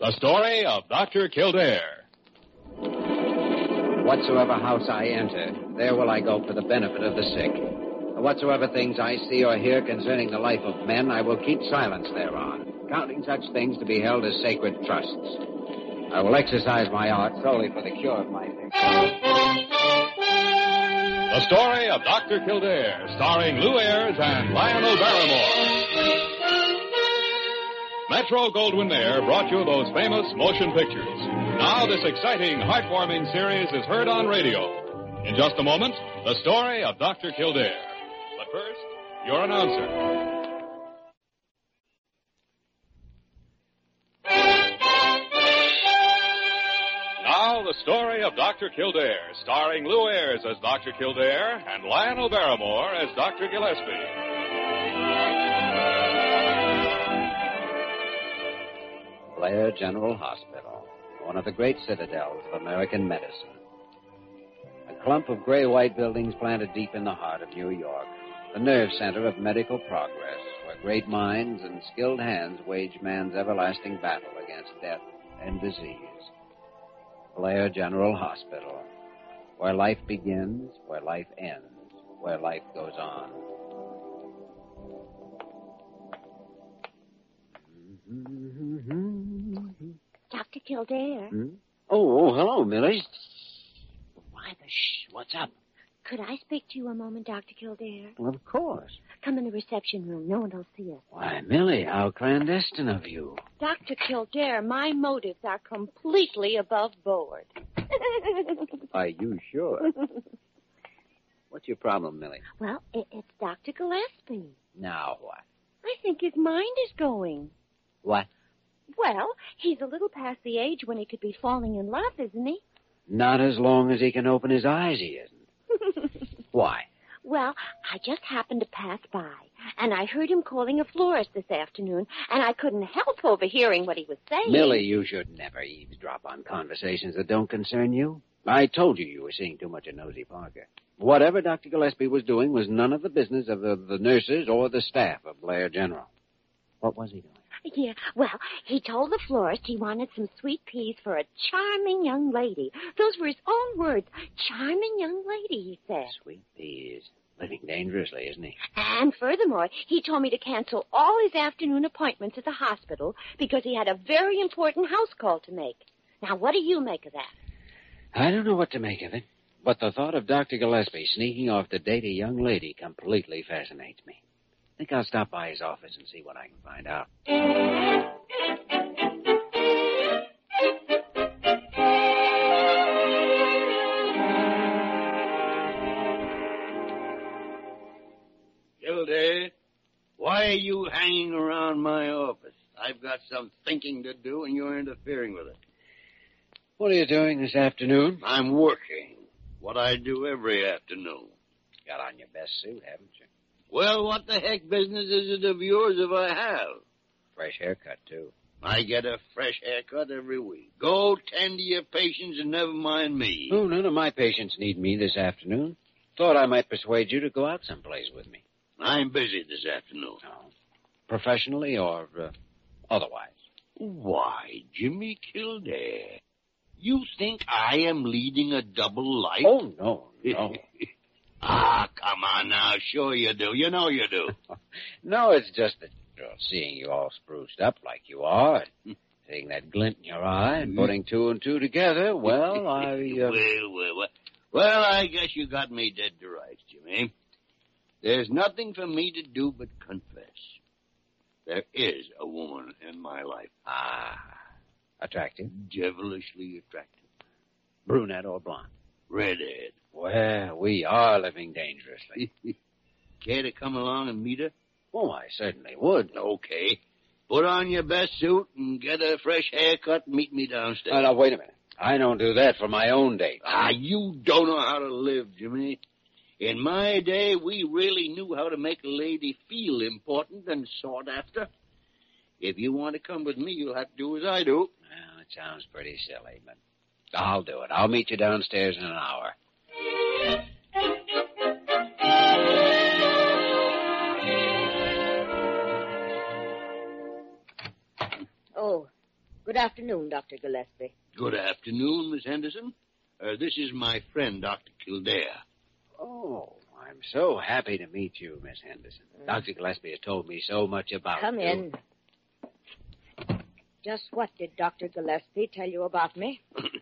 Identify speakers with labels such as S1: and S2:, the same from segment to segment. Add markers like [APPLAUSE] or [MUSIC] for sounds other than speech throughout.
S1: The story of Dr. Kildare.
S2: Whatsoever house I enter, there will I go for the benefit of the sick. Whatsoever things I see or hear concerning the life of men, I will keep silence thereon, counting such things to be held as sacred trusts. I will exercise my art solely for the cure of my sick.
S1: The story of Dr. Kildare, starring Lou Ayres and Lionel Barrymore. Metro Goldwyn Mayer brought you those famous motion pictures. Now, this exciting, heartwarming series is heard on radio. In just a moment, the story of Dr. Kildare. But first, your announcer. Now, the story of Dr. Kildare, starring Lou Ayres as Dr. Kildare and Lionel Barrymore as Dr. Gillespie.
S2: Blair General Hospital, one of the great citadels of American medicine. A clump of gray white buildings planted deep in the heart of New York, the nerve center of medical progress, where great minds and skilled hands wage man's everlasting battle against death and disease. Blair General Hospital, where life begins, where life ends, where life goes on.
S3: Dr. Kildare.
S2: Hmm? Oh, oh, hello, Millie. Why the shh? What's up?
S3: Could I speak to you a moment, Dr. Kildare?
S2: Well, of course.
S3: Come in the reception room. No one will see us.
S2: Why, Millie, how clandestine of you.
S3: Dr. Kildare, my motives are completely above board. [LAUGHS]
S2: are you sure? What's your problem, Millie?
S3: Well, it, it's Dr. Gillespie.
S2: Now what?
S3: I think his mind is going.
S2: What?
S3: Well, he's a little past the age when he could be falling in love, isn't he?
S2: Not as long as he can open his eyes, he isn't. Why?
S3: Well, I just happened to pass by, and I heard him calling a florist this afternoon, and I couldn't help overhearing what he was saying.
S2: Millie, you should never eavesdrop on conversations that don't concern you. I told you you were seeing too much of Nosy Parker. Whatever Dr. Gillespie was doing was none of the business of the, the nurses or the staff of Blair General. What was he doing?
S3: Yeah, well, he told the florist he wanted some sweet peas for a charming young lady. Those were his own words. Charming young lady, he said.
S2: Sweet peas. Living dangerously, isn't he?
S3: And furthermore, he told me to cancel all his afternoon appointments at the hospital because he had a very important house call to make. Now, what do you make of that?
S2: I don't know what to make of it, but the thought of Dr. Gillespie sneaking off to date a young lady completely fascinates me. I think I'll stop by his office and see what I can find out.
S4: Gilday, why are you hanging around my office? I've got some thinking to do, and you're interfering with it.
S2: What are you doing this afternoon?
S4: I'm working. What I do every afternoon.
S2: Got on your best suit, haven't you?
S4: Well, what the heck business is it of yours if I have?
S2: Fresh haircut, too.
S4: I get a fresh haircut every week. Go tend to your patients and never mind me.
S2: Oh, none of my patients need me this afternoon. Thought I might persuade you to go out someplace with me.
S4: I'm busy this afternoon.
S2: Oh. Professionally or uh, otherwise?
S4: Why, Jimmy Kildare, you think I am leading a double life?
S2: Oh, no, no.
S4: Ah, come on now. Sure you do. You know you do.
S2: No, it's just that well, seeing you all spruced up like you are, and [LAUGHS] seeing that glint in your eye, and putting two and two together. [LAUGHS]
S4: [LAUGHS]
S2: Well, I uh,
S4: well, well, well. Well, I guess you got me dead to rights, Jimmy. There's nothing for me to do but confess. There is a woman in my life,
S2: ah, attractive,
S4: devilishly attractive,
S2: brunette or blonde.
S4: redhead. [LAUGHS]
S2: Well, we are living dangerously.
S4: Care to come along and meet her?
S2: Oh, I certainly would.
S4: Okay. Put on your best suit and get a fresh haircut and meet me downstairs.
S2: Oh, now wait a minute. I don't do that for my own date.
S4: Ah, you don't know how to live, Jimmy. In my day, we really knew how to make a lady feel important and sought after. If you want to come with me, you'll have to do as I do.
S2: Well, it sounds pretty silly, but I'll do it. I'll meet you downstairs in an hour.
S5: Oh, good afternoon, Dr. Gillespie.
S4: Good afternoon, Miss Henderson. Uh, this is my friend, Dr. Kildare.
S2: Oh, I'm so happy to meet you, Miss Henderson. Dr. Gillespie has told me so much about
S5: Mm. Come
S2: you.
S5: in. Just what did Dr. Gillespie tell you about me?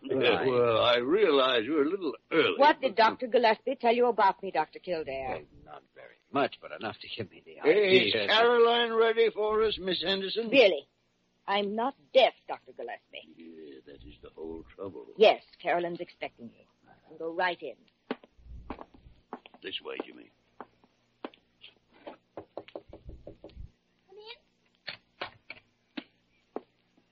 S2: Right.
S4: [LAUGHS] well, I realize we're a little early.
S5: What did
S4: but-
S5: Dr. Gillespie tell you about me, Dr. Kildare?
S2: Well, not very much, but enough to give me the
S4: Hey, is
S2: idea.
S4: Caroline ready for us, Miss Henderson?
S5: Really? I'm not deaf, Dr. Gillespie.
S4: Yeah, that is the whole trouble.
S5: Yes, Carolyn's expecting you. You can Go right in.
S4: This way, Jimmy.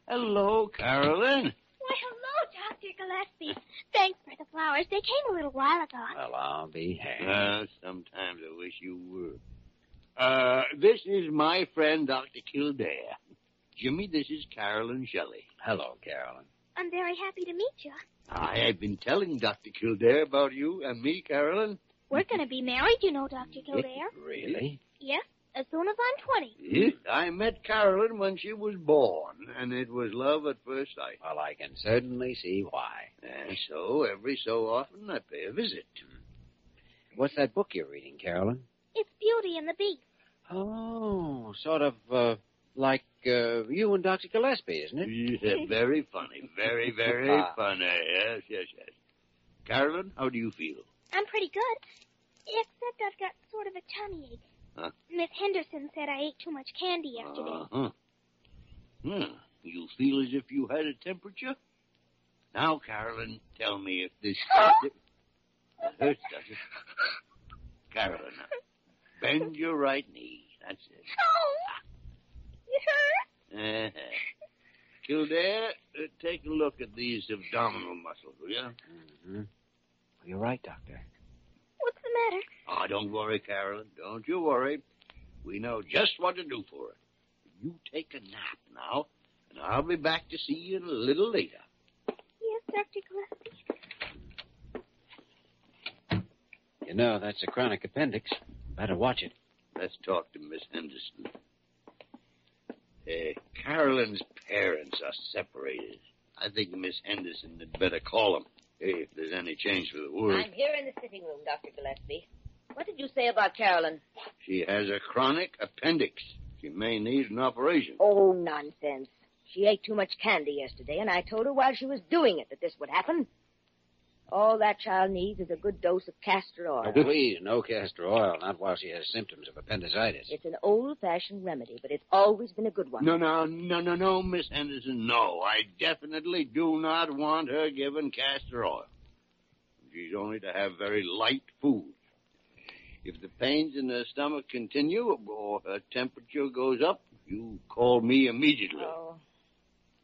S4: Hello, Carolyn.
S3: Why, hello, Dr. Gillespie. Thanks for the flowers. They came a little while ago.
S2: Well, I'll be hanged.
S4: Uh, sometimes I wish you were. Uh, this is my friend, Dr. Kildare. Jimmy, this is Carolyn Shelley.
S2: Hello, Carolyn.
S3: I'm very happy to meet you.
S4: I have been telling Dr. Kildare about you and me, Carolyn.
S3: We're going to be married, you know, Dr. Kildare.
S2: Really?
S3: Yes, as soon as I'm 20.
S4: I met Carolyn when she was born, and it was love at first sight.
S2: Well, I can certainly see why.
S4: And so, every so often, I pay a visit.
S2: What's that book you're reading, Carolyn?
S3: It's Beauty and the Beast.
S2: Oh, sort of uh, like uh, you and Dr. Gillespie, isn't it?
S4: Yeah, very funny. Very, very
S2: Ah.
S4: funny. Yes, yes, yes. Carolyn, how do you feel?
S3: I'm pretty good, except I've got sort of a tummy ache.
S4: Huh?
S3: Miss Henderson said I ate too much candy
S5: Uh.
S3: yesterday.
S4: Uh-huh. Hmm. You feel as if you had a temperature? Now, Carolyn, tell me if this... That hurts, does it? Carolyn, now, bend your right knee. That's it.
S3: Oh! It hurts.
S4: Uh-huh. Kildare, uh, take a look at these abdominal muscles, will you?
S2: hmm You're right, Doctor.
S3: What's the matter?
S4: Oh, don't worry, Carolyn. Don't you worry. We know just what to do for it. You take a nap now, and I'll be back to see you a little later.
S3: Yes, Dr. Gillespie.
S2: You know, that's a chronic appendix. Better watch it.
S4: Let's talk to Miss Henderson. Uh, Carolyn's parents are separated. I think Miss Henderson had better call them if there's any change for the worse.
S5: I'm here in the sitting room, Dr. Gillespie. What did you say about Carolyn?
S4: She has a chronic appendix. She may need an operation.
S5: Oh, nonsense. She ate too much candy yesterday, and I told her while she was doing it that this would happen. All that child needs is a good dose of castor
S2: Oh,
S5: oil.
S2: please, no castor oil, not while she has symptoms of appendicitis.
S5: It's an old-fashioned remedy, but it's always been a good one.
S4: No, no, no, no, no, Miss Henderson, no. I definitely do not want her given castor oil. She's only to have very light food. If the pains in her stomach continue or her temperature goes up, you call me immediately.
S5: Oh,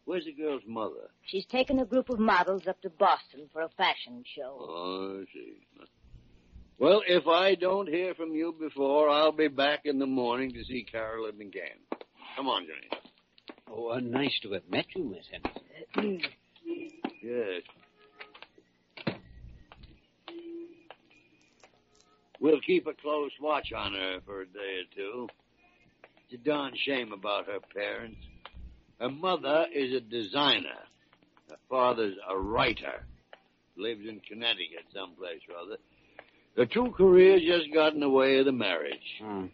S4: Where's the girl's mother?
S5: she's taken a group of models up to Boston for a fashion show.
S4: Oh, I see. Well, if I don't hear from you before, I'll be back in the morning to see Carolyn again. Come on, Johnny.
S2: Oh, uh, nice to have met you, Miss Henderson.
S4: Yes. We'll keep a close watch on her for a day or two. It's a darn shame about her parents. Her mother is a designer. Her father's a writer. Lives in Connecticut someplace or other. The two careers just got in the way of the marriage.
S2: Hmm.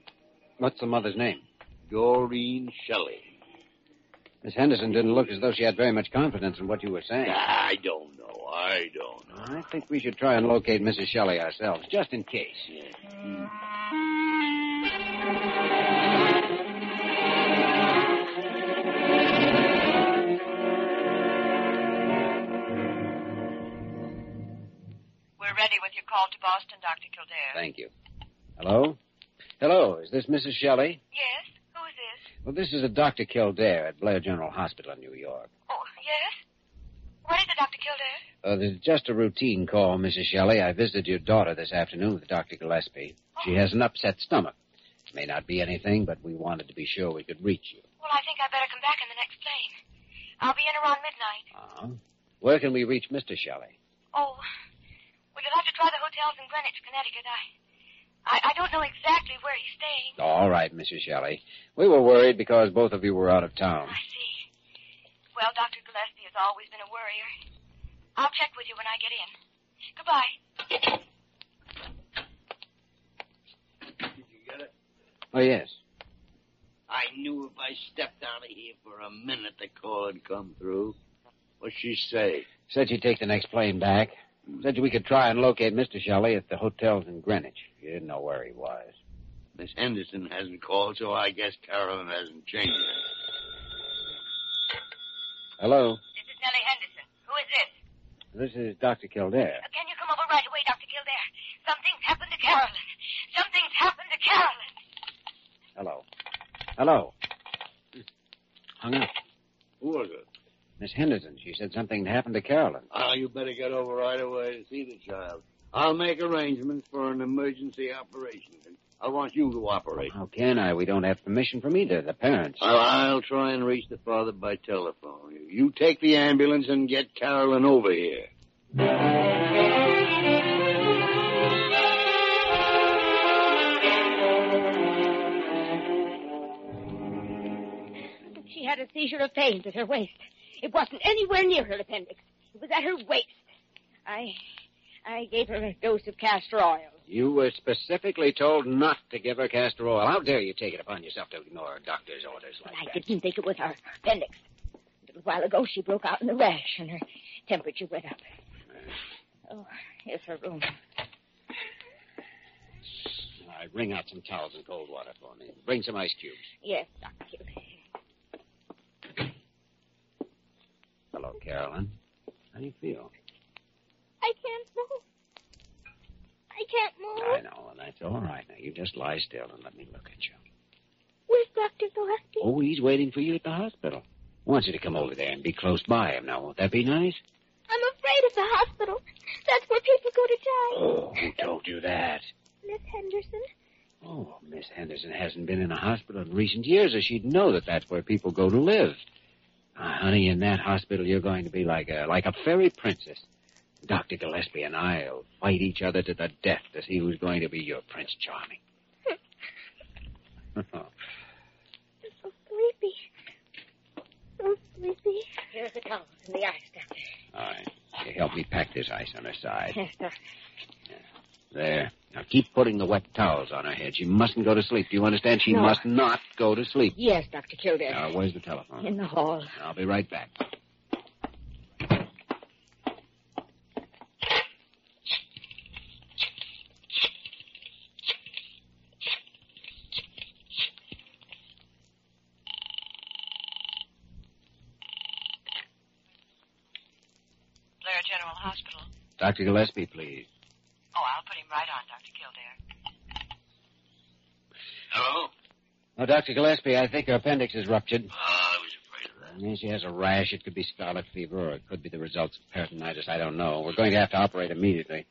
S2: What's the mother's name?
S4: Doreen Shelley.
S2: Miss Henderson didn't look as though she had very much confidence in what you were saying.
S4: I don't know. I don't know.
S2: I think we should try and locate Mrs. Shelley ourselves, just in case.
S6: We're ready with your call to Boston, Dr. Kildare.
S2: Thank you. Hello? Hello, is this Mrs. Shelley?
S6: Yes? Who is this?
S2: Well, this is a Dr. Kildare at Blair General Hospital in New York.
S6: Oh, yes? What is it, Dr. Kildare?
S2: Uh, this is just a routine call, Mrs. Shelley. I visited your daughter this afternoon with Dr. Gillespie. She has an upset stomach. It may not be anything, but we wanted to be sure we could reach you.
S6: Well, I think I better come back in the next plane. I'll be in around midnight.
S2: Uh-huh. Where can we reach Mr. Shelley?
S6: Oh, well, you'll have to try the hotels in Greenwich, Connecticut. I, I, I don't know exactly where he's staying.
S2: All right, Mrs. Shelley. We were worried because both of you were out of town.
S6: I see. Well, Dr. Gillespie has always been a worrier. I'll check with you when I get in. Goodbye.
S4: Did you get it?
S2: Oh, yes.
S4: I knew if I stepped out of here for a minute, the call would come through. What'd she say?
S2: Said she'd take the next plane back. Said we could try and locate Mr. Shelley at the hotels in Greenwich. She didn't know where he was.
S4: Miss Henderson hasn't called, so I guess Carolyn hasn't changed it.
S2: Hello?
S6: This is Nellie Henderson. Who is this?
S2: This is Dr. Kildare.
S6: Uh, Can you come over right away, Dr. Kildare? Something's happened to Carolyn. Something's happened to Carolyn.
S2: Hello. Hello. Hung up.
S4: Who was it?
S2: Miss Henderson, she said something happened to Carolyn.
S4: Oh, you better get over right away to see the child. I'll make arrangements for an emergency operation. and I want you to operate.
S2: How can I? We don't have permission from either of the parents.
S4: Well, I'll try and reach the father by telephone. You take the ambulance and get Carolyn over here.
S5: She had a seizure of pains at her waist. It wasn't anywhere near her appendix. It was at her waist. I, I gave her a dose of castor oil.
S2: You were specifically told not to give her castor oil. How dare you take it upon yourself to ignore a doctor's orders like
S5: I
S2: that?
S5: didn't think it was her appendix. A little while ago, she broke out in a rash, and her temperature went up. Oh, here's her room.
S2: All right, wring out some towels and cold water for me. Bring some ice cubes.
S5: Yes, Dr. Kildare.
S2: Hello, Carolyn. How do you feel?
S3: I can't move. I can't move.
S2: I know, and that's all right. Now, you just lie still and let me look at you.
S3: Where's Dr. Gillespie?
S2: Oh, he's waiting for you at the hospital. Wants you to come over there and be close by him now. Won't that be nice?
S3: I'm afraid of the hospital. That's where people go to die.
S2: Oh, who told you that?
S3: Miss Henderson,
S2: Oh, Miss Henderson hasn't been in a hospital in recent years, or she'd know that that's where people go to live. Ah, honey, in that hospital, you're going to be like a like a fairy princess. Doctor Gillespie and I'll fight each other to the death to see who's going to be your prince
S5: [LAUGHS]
S2: charming. Oh,
S3: I'm so sleepy. So sleepy.
S5: Here's the towels and the ice, Doctor.
S2: all right, you help me pack this ice on her side.
S5: Yes, Doctor.
S2: There. Now keep putting the wet towels on her head. She mustn't go to sleep. Do you understand? She
S5: No.
S2: must not go to sleep.
S5: Yes, Dr. Kildare.
S2: Now, where's the telephone?
S5: In the hall.
S2: I'll be right back.
S6: Blair General Hospital.
S2: Dr. Gillespie, please.
S6: Oh, I'll put him right on, Dr. Kildare.
S4: Hello?
S2: Now, Dr. Gillespie, I think her appendix is ruptured.
S4: Ah, I was afraid of
S2: I mean, she has a rash. It could be scarlet fever, or it could be the results of peritonitis. I don't know. We're going to have to operate immediately.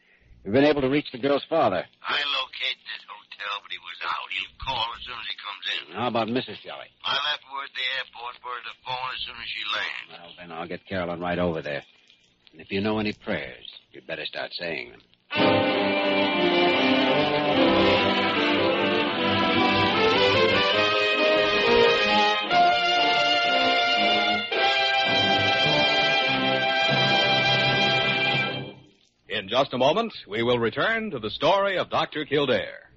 S2: We've been able to reach the girl's father.
S4: I located this hotel, but he was out. He'll call as soon as he comes in.
S2: How about Mrs. Shelley?
S4: I left word at the airport for her to phone as soon as she lands.
S2: Well, then I'll get Carolyn right over there. And if you know any prayers, you'd better start saying them.
S1: In just
S7: just a moment, we will return to the story of Dr. Kildare.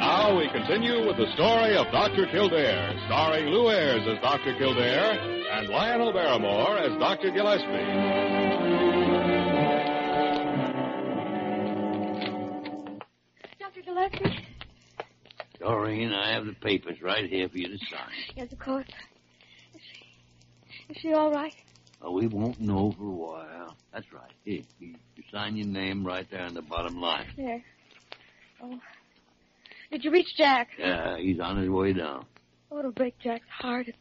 S7: Now we continue with the story of Dr. Kildare, starring Lou Ayres as Dr. Kildare and Lionel Barrymore as Dr. Gillespie.
S3: Dr. Gillespie?
S4: Doreen, I have the papers right here for you to sign.
S3: Yes, of course. Is she, is she all right?
S4: Oh, we won't know for a while. That's right. Here, you, you sign your name right there on the bottom line.
S3: Yeah. Oh. Did you reach Jack?
S4: Yeah, he's on his way down.
S3: Oh, it'll break Jack's heart if,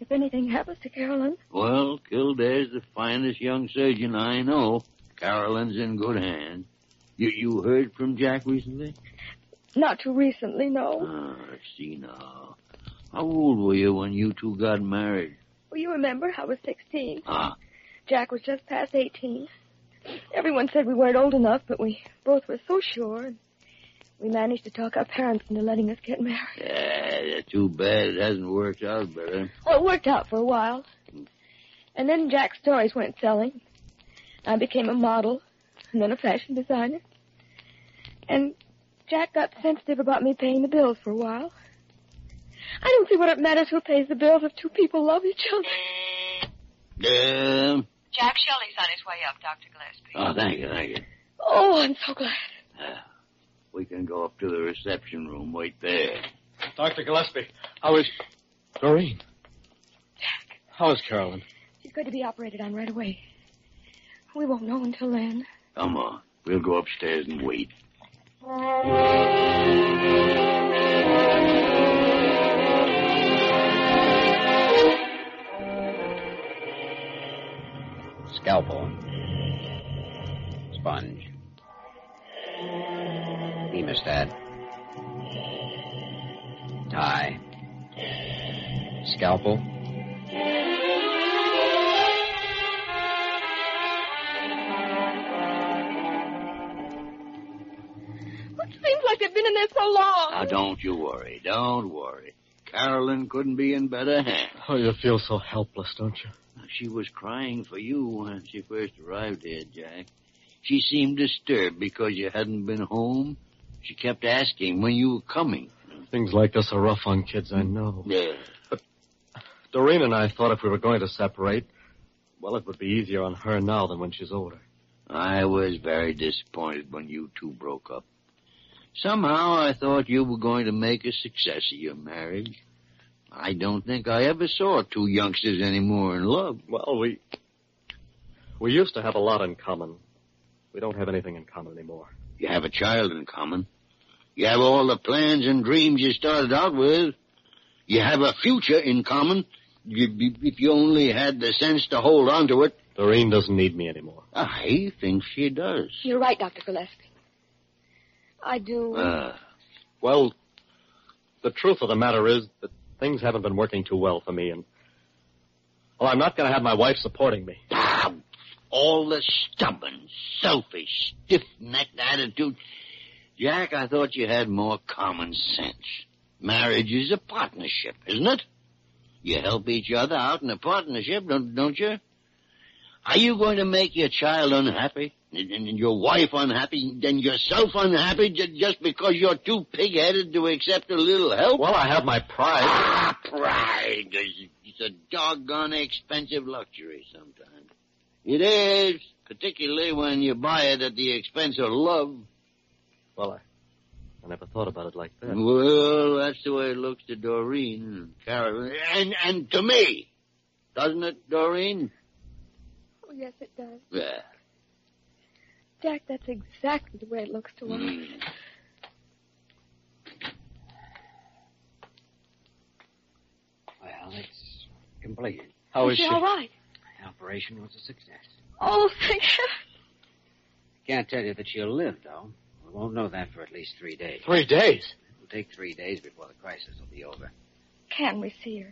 S3: if anything happens to Carolyn.
S4: Well, Kildare's the finest young surgeon I know. Carolyn's in good hands. You you heard from Jack recently?
S3: Not too recently, no.
S4: Ah, I see now. How old were you when you two got married?
S3: Well, you remember, I was 16.
S4: Ah,
S3: Jack was just past 18. Everyone said we weren't old enough, but we both were so sure. And we managed to talk our parents into letting us get married.
S4: yeah, too bad it hasn't worked out better.
S3: Well, it worked out for a while. And then Jack's stories went selling. I became a model, and then a fashion designer. And Jack got sensitive about me paying the bills for a while. I don't see what it matters who pays the bills if two people love each other.
S4: Yeah.
S3: Jack Shelley's on his way up, Dr. Gillespie.
S4: Oh, thank you, thank you.
S3: Oh, I'm so glad.
S4: We can go up to the reception room. Wait there.
S1: Dr. Gillespie, how is. Doreen.
S3: Jack,
S1: How is Carolyn?
S3: she's going to be operated on right away. We won't know until then.
S4: Come on. We'll go upstairs and wait.
S2: Scalpel. Sponge. Hemostat. Tie. Scalpel.
S3: Well, it seems like they've been in there so long.
S4: Now, don't you worry. Don't worry. Carolyn couldn't be in better hands.
S1: Oh, you feel so helpless, don't you?
S4: She was crying for you when she first arrived here, Jack. She seemed disturbed because you hadn't been home. She kept asking when you were coming.
S1: Things like this are rough on kids, I know.
S4: Yeah.
S1: Doreen and I thought if we were going to separate, well, it would be easier on her now than when she's older.
S4: I was very disappointed when you two broke up. Somehow I thought you were going to make a success of your marriage. I don't think I ever saw two youngsters anymore in love.
S1: Well, we. We used to have a lot in common. We don't have anything in common anymore.
S4: You have a child in common. You have all the plans and dreams you started out with. You have a future in common. You, you- if you only had the sense to hold on to it.
S1: Doreen doesn't need me anymore.
S4: I think she does.
S3: You're right, Dr. Gillespie. I do.
S4: Ah,
S1: Well, the truth of the matter is that things haven't been working too well for me, and. Well, I'm not going to have my wife supporting me.
S4: ah, all the stubborn, selfish, stiff-necked attitude. Jack, I thought you had more common sense. Marriage is a partnership, isn't it? You help each other out in a partnership, don't, don't you? Are you going to make your child unhappy? And, and- and your wife unhappy? And yourself unhappy ju- just because you're too pig-headed to accept a little help?
S1: Well, I have my pride.
S4: Ah, pride is it's a doggone expensive luxury sometimes. It is, particularly when you buy it at the expense of love.
S1: Well, I, I never thought about it like
S4: Mm.
S1: that.
S4: Well, that's the way it looks to Doreen and Carol. And, and to me. Doesn't it, Doreen?
S3: Oh, yes, it does.
S4: Yeah.
S3: Jack, that's exactly the way it looks to us.
S4: Mm.
S2: Well, it's completed.
S6: How is she all right?
S2: The operation was a success.
S6: Oh, thank heaven.
S2: Can't tell you that she'll live, though. We won't know that for at least three days.
S8: Three days?
S2: It'll take three days before the crisis will be over.
S6: [LAUGHS] Can we see her?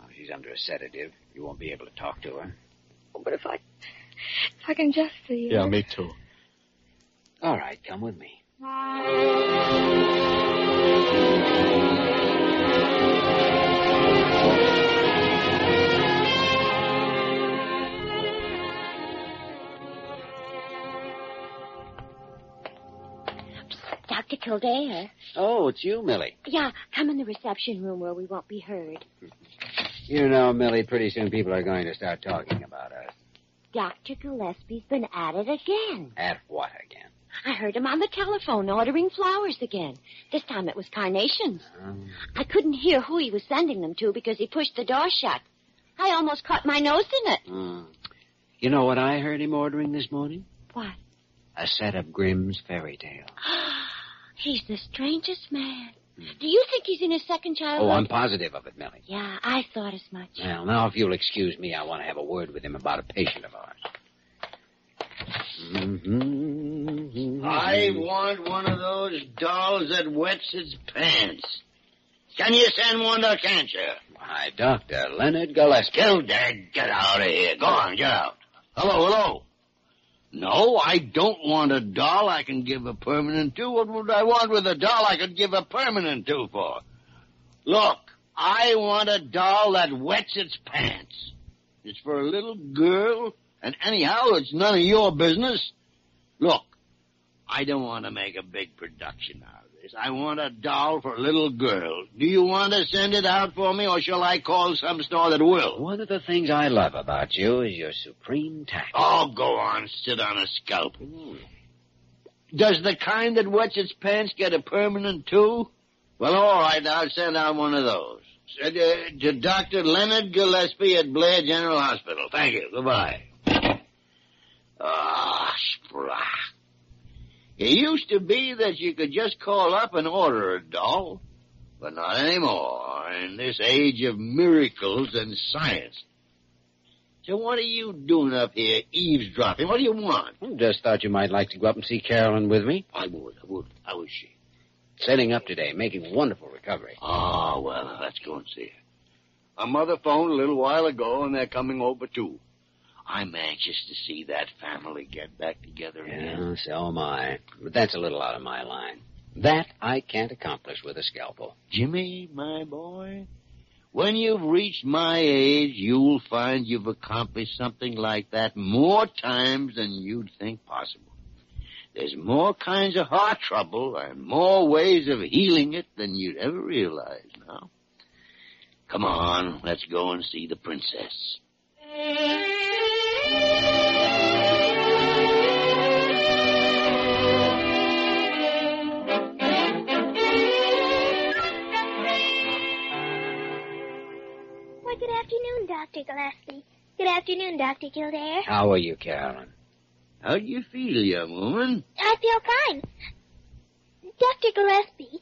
S2: Oh, she's under a sedative. You won't be able to talk to her.
S6: Oh, but if I, if I can just see her.
S8: Yeah, me too.
S2: All right, come with me.
S3: Dr. Kildare.
S2: Oh, it's you, Millie.
S3: Yeah, come in the reception room where we won't be heard.
S2: You know, Millie, pretty soon people are going to start talking about us.
S3: Dr. Gillespie's been at it again.
S2: At what again?
S3: I heard him on the telephone ordering flowers again. This time it was carnations.
S2: Um,
S3: I couldn't hear who he was sending them to because he pushed the door shut. I almost caught my nose in it.
S2: hmm. You know what I heard him ordering this morning?
S3: What?
S2: A set of Grimm's fairy tales.
S3: [GASPS] He's the strangest man. Do you think he's in his second childhood?
S2: Hmm. Oh, I'm positive of it, Millie.
S3: Yeah, I thought as much.
S2: Well, now, if you'll excuse me, I want to have a word with him about a patient of ours.
S4: Mm.
S2: Mm-hmm.
S4: I want one of those dolls that wets its pants. Can you send one to can't you?
S2: Why, Doctor Leonard Gillespie.
S4: Kildare, get out of here. Go on, get out. Hello, hello. No, I don't want a doll I can give a permanent to. What would I want with a doll I could give a permanent to for? Look, I want a doll that wets its pants. It's for a little girl, and anyhow, it's none of your business. Look, I don't want to make a big production out of this. I want a doll for a little girl. Do you want to send it out for me, or shall I call some store that will?
S2: One of the things I love about you is your supreme tact.
S4: Oh, go on, sit on a scalp. Does the kind that wets its pants get a permanent too? Well, all right, I'll send out one of those. Send, uh, to Dr. Leonard Gillespie at Blair General Hospital. Thank you. Goodbye. Ah, sprach. It used to be that you could just call up and order a doll, but not anymore in this age of miracles and science. So what are you doing up here eavesdropping? What do you want?
S2: I Hmm, just thought you might like to go up and see Carolyn with me.
S4: I would, I would. How is she?
S2: Setting up today, making wonderful recovery.
S4: Ah, well, let's go and see her. Her mother phoned a little while ago, and they're coming over, too. I'm anxious to see that family get back together again.
S2: Yeah, so am I. But that's a little out of my line. That I can't accomplish with a scalpel.
S4: Jimmy, my boy, when you've reached my age, you'll find you've accomplished something like that more times than you'd think possible. There's more kinds of heart trouble and more ways of healing it than you'd ever realize now. Come on, let's go and see the princess.
S9: Why, good afternoon, Dr. Gillespie. Good afternoon, Dr. Kildare.
S2: How are you, Carolyn?
S4: How do you feel, young woman?
S9: I feel fine. Dr. Gillespie,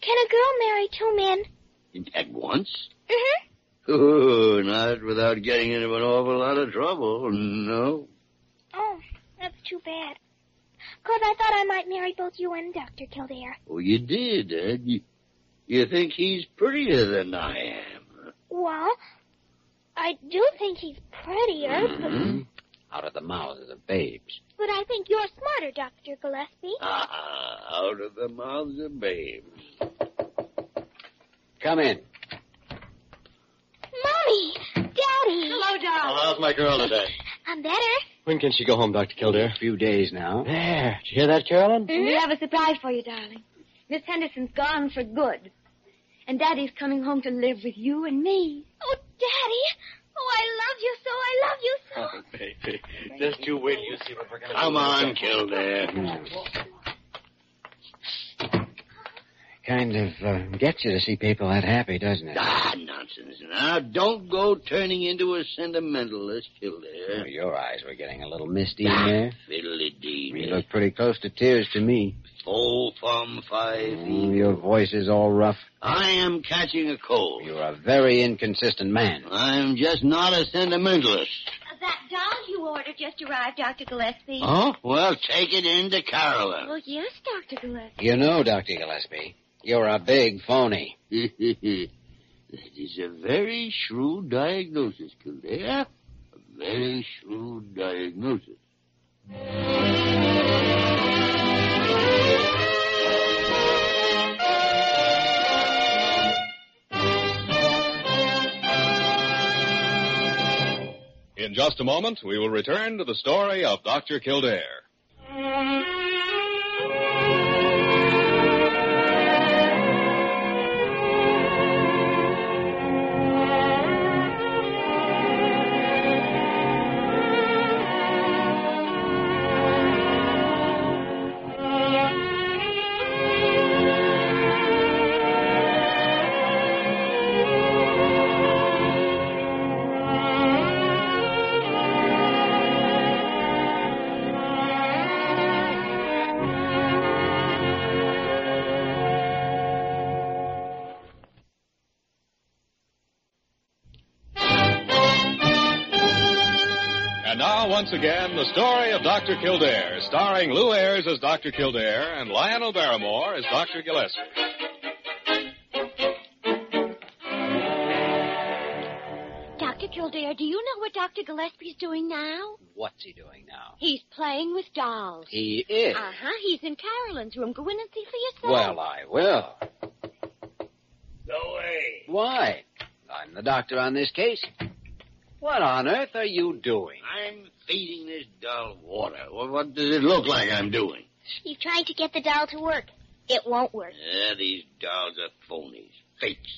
S9: can a girl marry two men?
S4: At once?
S9: Mm-hmm.
S4: [LAUGHS] Oh, not without getting into an awful lot of trouble, no.
S9: Oh, that's too bad. 'Cause I thought I might marry both you and Dr. Kildare.
S4: Oh, you did, eh? You, you think he's prettier than I am? [LAUGHS]
S9: Well, I do think he's prettier,
S4: Hmm?
S2: Out of the mouths of babes.
S9: but, but I think you're smarter, Dr. Gillespie.
S4: Ah, out of the mouths
S8: [LAUGHS]
S4: of babes.
S2: Come in.
S9: Mommy! Daddy!
S3: Hello, darling.
S8: how's my girl today?
S9: I'm better.
S8: When can she go home, Dr. Kildare?
S2: A few days now.
S8: There. Did you hear that, Carolyn?
S9: Mhm.
S5: Mm-hmm. We have a surprise for you, darling. Miss Henderson's gone for good. And Daddy's coming home to live with you and me.
S9: Oh, Daddy! Oh, I love you so! I love you so!
S8: Oh, baby. Just you wait till you see what we're going to
S4: Come on, Kildare.
S2: Kind of uh, gets you to see people that happy, doesn't it?
S4: Ah, nonsense. Now, don't go turning into a sentimentalist,
S2: Oh,
S4: Kildare.
S2: your eyes were getting a little misty in there.
S4: Fiddly dee.
S2: You look pretty close to tears to me.
S4: Oh, from five.
S8: Oh,
S2: Mm, your voice is all rough.
S4: I am catching a cold.
S2: You're a very inconsistent man.
S4: I'm just not a sentimentalist.
S9: That doll you ordered just arrived, Dr. Gillespie.
S8: Uh-huh.
S4: Oh? Well, take it in to Carolyn.
S6: Oh,
S9: Well, yes, Dr. Gillespie.
S2: You know, Dr. Gillespie, you're a big phony.
S4: that is a very shrewd diagnosis, Kildare. A very shrewd diagnosis.
S1: In just a moment, we will return to the story of Dr. Kildare. And now, once again, the story of Dr. Kildare, starring Lou Ayres as Dr. Kildare and Lionel Barrymore as Dr. Gillespie.
S9: Dr. Kildare, do you know what Dr. Gillespie's doing now?
S2: What's he doing now?
S9: He's playing with dolls.
S2: He is.
S9: Uh huh. He's in Carolyn's room. Go in and see for yourself.
S2: Well, I will.
S4: Go away.
S2: Why? I'm the doctor on this case. What on earth are you doing?
S4: I'm feeding this doll water. What, what does it look like I'm doing?
S9: You've tried to get the doll to work. It won't work.
S4: Yeah, Uh, these dolls are phonies. Fakes.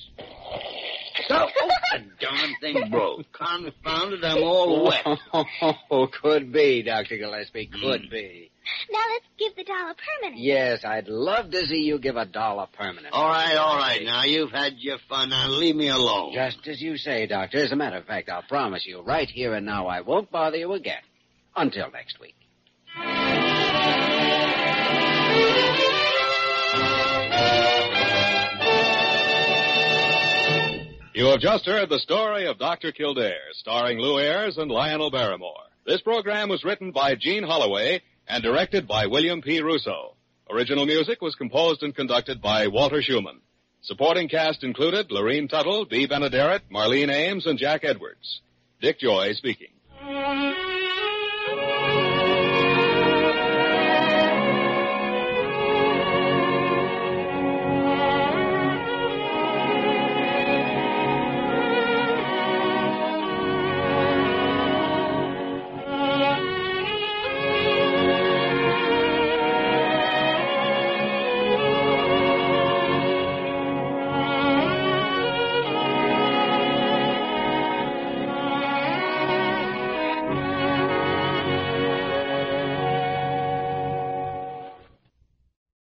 S4: So, oh, the darn thing broke. Confound it, I'm all [LAUGHS] wet.
S2: [LAUGHS] Oh, could be, Dr. Gillespie. Could be.
S9: Now let's give the doll a permanent.
S2: Yes, I'd love to see you give a doll a permanent.
S4: All right, all right. Now, you've had your fun. Now, leave me alone.
S2: Just as you say, Doctor. As a matter of fact, I'll promise you right here and now I won't bother you again. Until next week.
S1: You have just heard the story of Dr. Kildare, starring Lou Ayres and Lionel Barrymore. This program was written by Gene Holloway and directed by William P. Russo. Original music was composed and conducted by Walter Schumann. Supporting cast included Lorene Tuttle, Bee Benaderet, Marlene Ames, and Jack Edwards. Dick Joy speaking.